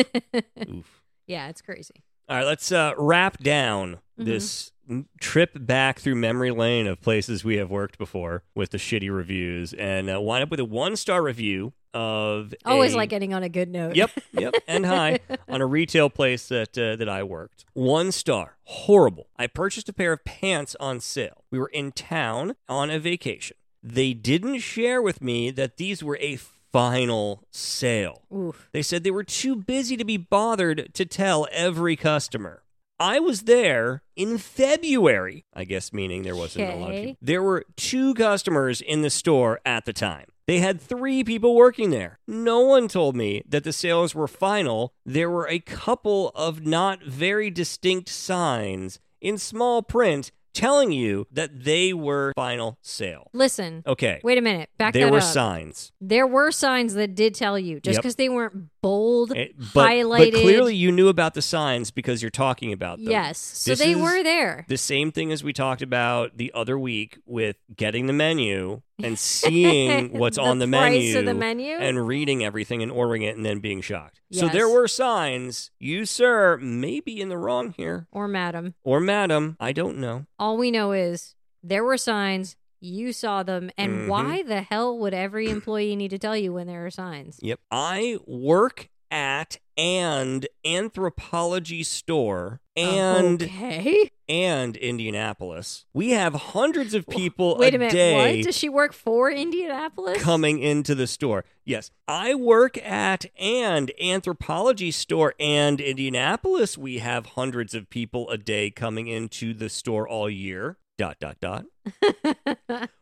S1: oof.
S4: yeah, it's crazy.
S1: All right, let's uh, wrap down
S4: Mhm.
S1: this m- trip back through memory lane of places we have worked before with the shitty reviews and uh, wind up with a one star review of.
S4: Always
S1: a-
S4: like ending on a good note.
S1: Yep, yep, and high on a retail place that uh, that I worked. One star, horrible. I purchased a pair of pants on sale. We were in town on a vacation. They didn't share with me that these were a final sale.
S4: Oof.
S1: They said they were too busy to be bothered to tell every customer. I was there in February, I guess, meaning there wasn't a lot of
S4: Okay.
S1: people. There were two customers in the store at the time. They had three people working there. No one told me that the sales were final. There were a couple of not very distinct signs in small print telling you that they were final sale.
S4: Listen,
S1: Okay.
S4: wait a minute. Back
S1: there
S4: that
S1: were
S4: up.
S1: signs.
S4: there were signs that did tell you, just
S1: Yep.
S4: because they weren't bold,
S1: It- Eh, but,
S4: highlighted.
S1: but clearly you knew about the signs because you're talking about them.
S4: yes. So
S1: This
S4: they
S1: is-
S4: were there.
S1: The same thing as we talked about the other week with getting the menu and seeing what's
S4: The
S1: on the
S4: price
S1: menu,
S4: of the menu?
S1: and reading everything and ordering it and then being shocked. So
S4: Yes.
S1: there were signs, you sir may be in the wrong here
S4: or madam.
S1: or madam, I don't know.
S4: All we know is there were signs. You saw them, and
S1: Mm-hmm.
S4: why the hell would every employee need to tell you when there are signs?
S1: Yep. I work at and anthropology store and
S4: Oh, okay,
S1: and Indianapolis. We have hundreds of people
S4: wait a, minute.
S1: day
S4: What does she work for? Indianapolis?
S1: coming into the store. Yes, I work at and anthropology store and Indianapolis. We have hundreds of people a day coming into the store all year. Dot dot dot.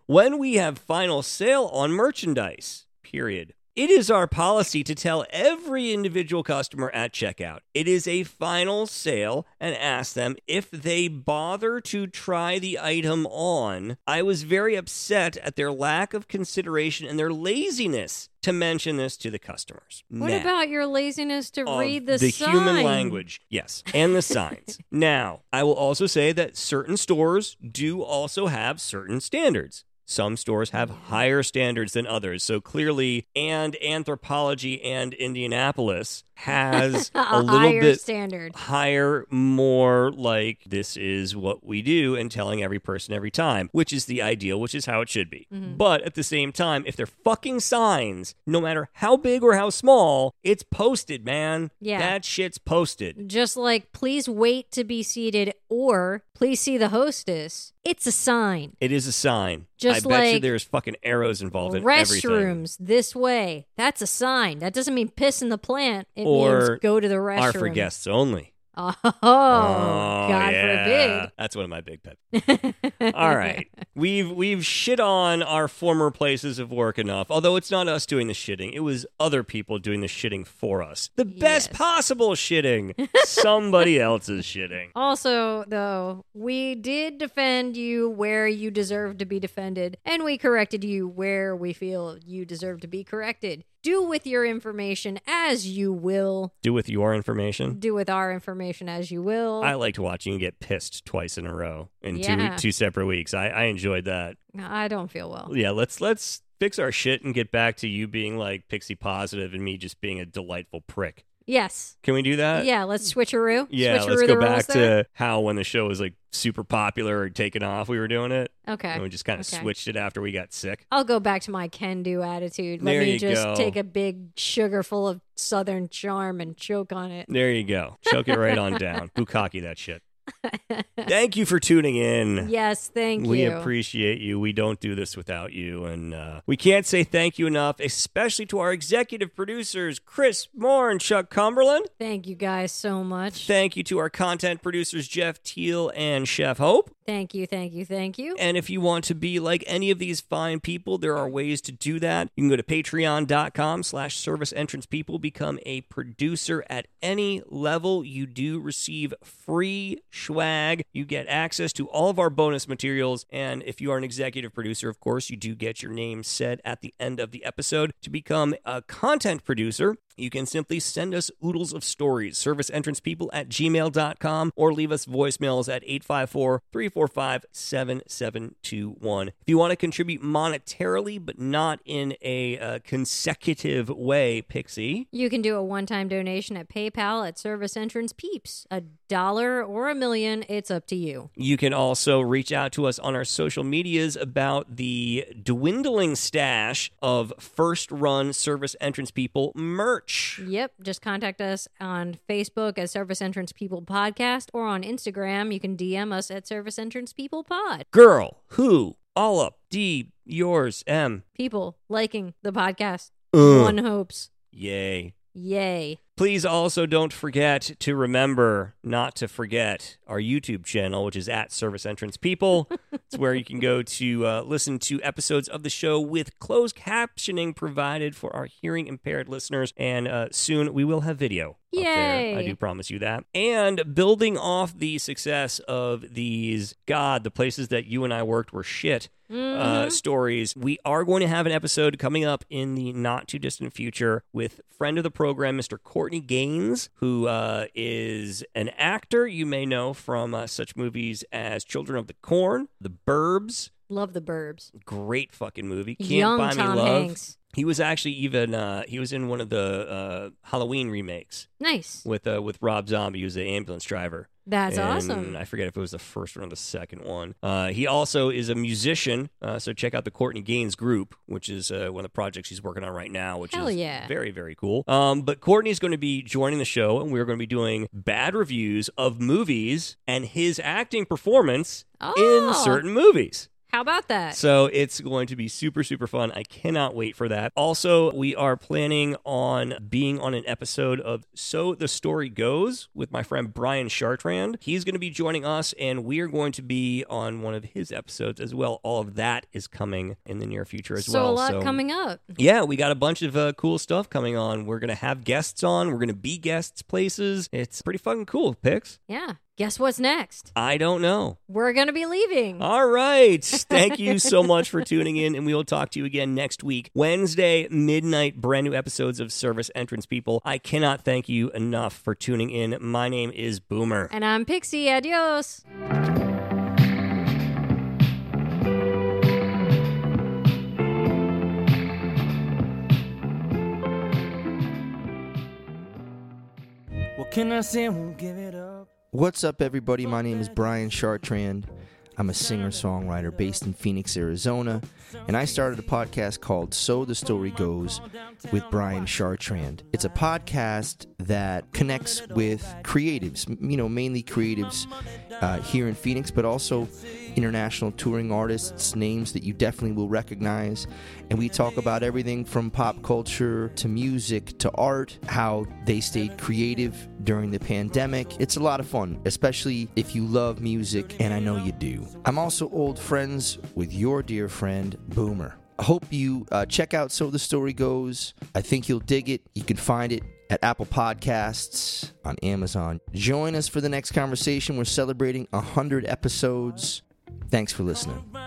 S1: when we have final sale on merchandise. Period. It is our policy to tell every individual customer at checkout it is a final sale and ask them if they bother to try the item on. I was very upset at their lack of consideration and their laziness to mention this to the customers.
S4: What
S1: Now
S4: about your laziness to
S1: of
S4: read the, sign?
S1: human language yes and the signs now i will also say that certain stores do also have certain standards some stores have higher standards than others so clearly and anthropology and indianapolis has
S4: a,
S1: a little
S4: Uh-uh, higher
S1: bit
S4: standard.
S1: higher more like this is what we do and telling every person every time which is the ideal which is how it should be
S4: Mm-hmm.
S1: but at the same time if they're fucking signs no matter how big or how small it's posted man
S4: Yeah.
S1: that shit's posted
S4: Just like please wait to be seated or please see the hostess. It's a sign.
S1: it is a sign
S4: Just
S1: i bet you
S4: like
S1: there's fucking arrows involved in everything
S4: Restrooms this way. That's a sign. That doesn't mean piss in the plant. It
S1: Or
S4: means go to the restroom.
S1: are for guests only
S4: Oh,
S1: Oh,
S4: God
S1: yeah. That's one of my big pet. peeves. All right, we've we've shit on our former places of work enough. Although it's not us doing the shitting, it was other people doing the shitting for us. The best
S4: Yes.
S1: possible shitting. Somebody else's shitting.
S4: Also, though, we did defend you where you deserve to be defended, and we corrected you where we feel you deserve to be corrected. Do with your information as you will.
S1: Do with your information.
S4: Do with our information as you will.
S1: I liked watching you get pissed twice in a row in two
S4: Yeah.
S1: two separate weeks. I, I enjoyed that.
S4: I don't feel well.
S1: Yeah, let's let's fix our shit and get back to you being like pixie positive and me just being a delightful prick.
S4: Yes.
S1: Can we do that?
S4: yeah, let's switcheroo.
S1: Uh, Yeah,
S4: switcheroo
S1: let's
S4: the
S1: go
S4: rules
S1: back
S4: there.
S1: to how when the show was like super popular or taken off, we were doing it, and
S4: Okay.
S1: we just kind of
S4: Okay.
S1: switched it after we got sick.
S4: I'll go back to my can do attitude. Let
S1: There
S4: me
S1: you
S4: just
S1: go.
S4: take a big sugar full of southern charm and choke on it.
S1: There you go, choke it right on down, bukkake that shit. Thank you for tuning in.
S4: Yes, thank
S1: we
S4: you.
S1: appreciate you. We don't do this without you, and uh, we can't say thank you enough, especially to our executive producers Chris Moore and Chuck Cumberland.
S4: thank you guys so much.
S1: Thank you to our content producers Jeff Teal and Chef Hope.
S4: Thank you, thank you, thank you.
S1: And if you want to be like any of these fine people, there are ways to do that. You can go to patreon.com slash service entrance people, become a producer at any level. You do receive free swag. You get access to all of our bonus materials. And if you are an executive producer, of course, you do get your name said at the end of the episode. To become a content producer, you can simply send us oodles of stories, serviceentrancepeople at gmail.com, or leave us voicemails at 854 345 7721. If you want to contribute monetarily, but not in a uh, consecutive way, Pixie,
S4: You can do a one time donation at PayPal at Service Entrance Peeps. A dollar or a million, it's up to you.
S1: You can also reach out to us on our social medias about the dwindling stash of first run service entrance people merch.
S4: Yep, just contact us on Facebook at Service Entrance People Podcast or on Instagram. You can DM us at Service Entrance People Pod.
S1: Girl, who, all up, D, yours, M.
S4: People liking the podcast.
S1: Uh.
S4: One hopes.
S1: Yay.
S4: Yay.
S1: Please also don't forget to remember not to forget our YouTube channel, which is at Service Entrance People. it's where you can go to uh, listen to episodes of the show with closed captioning provided for our hearing impaired listeners. And uh, soon we will have video. up there. I
S4: Yay.
S1: do promise you that. And building off the success of these, God, the places that you and I worked were shit
S4: Mm-hmm.
S1: uh, stories. We are going to have an episode coming up in the not too distant future with friend of the program, Mr. Courtney Gaines, who uh, is an actor you may know from uh, such movies as Children of the Corn, The Burbs,
S4: Love the Burbs.
S1: great fucking movie. Can't
S4: Young
S1: buy
S4: Tom
S1: me love.
S4: Hanks.
S1: He was actually even uh, he was in one of the uh, Halloween remakes
S4: Nice.
S1: with uh, with Rob Zombie, who's the ambulance driver.
S4: That's
S1: And
S4: awesome.
S1: I forget if it was the first one or the second one. Uh, he also is a musician, uh, so check out the Courtney Gaines Group, which is uh, one of the projects he's working on right now, which
S4: Hell
S1: is
S4: yeah.
S1: very, very cool. Um, but Courtney's going to be joining the show, and we're going to be doing bad reviews of movies and his acting performance in
S4: Oh.
S1: certain movies.
S4: How about that?
S1: So it's going to be super, super fun. I cannot wait for that. Also, we are planning on being on an episode of So the Story Goes with my friend Brian Chartrand. He's going to be joining us, and we are going to be on one of his episodes as well. All of that is coming in the near future as
S4: so
S1: well.
S4: a lot coming up.
S1: Yeah, we got a bunch of uh, cool stuff coming on. We're going to have guests on. We're going to be guests places. It's pretty fucking cool, Pix.
S4: Yeah. Guess what's next?
S1: I don't know.
S4: We're gonna be leaving.
S1: All right. Thank you so much for tuning in, and we will talk to you again next week, Wednesday, midnight, brand new episodes of Service Entrance People. I cannot thank you enough for tuning in. My name is Boomer.
S4: and I'm Pixie. Adios.
S5: What can I say? I won't give it up.
S6: What's up, everybody? My name is Brian Chartrand. I'm a singer songwriter based in Phoenix, Arizona, and I started a podcast called So the Story Goes with Brian Chartrand. It's a podcast that connects with creatives, m- you know, mainly creatives uh, here in Phoenix, but also international touring artists, names that you definitely will recognize. And we talk about everything from pop culture to music to art, how they stayed creative during the pandemic. It's a lot of fun, especially if you love music, and I know you do. I'm also old friends with your dear friend, Boomer. I hope you uh, check out So the Story Goes. I think you'll dig it. You can find it at Apple Podcasts, on Amazon. Join us for the next conversation. We're celebrating 100 episodes. Thanks for listening.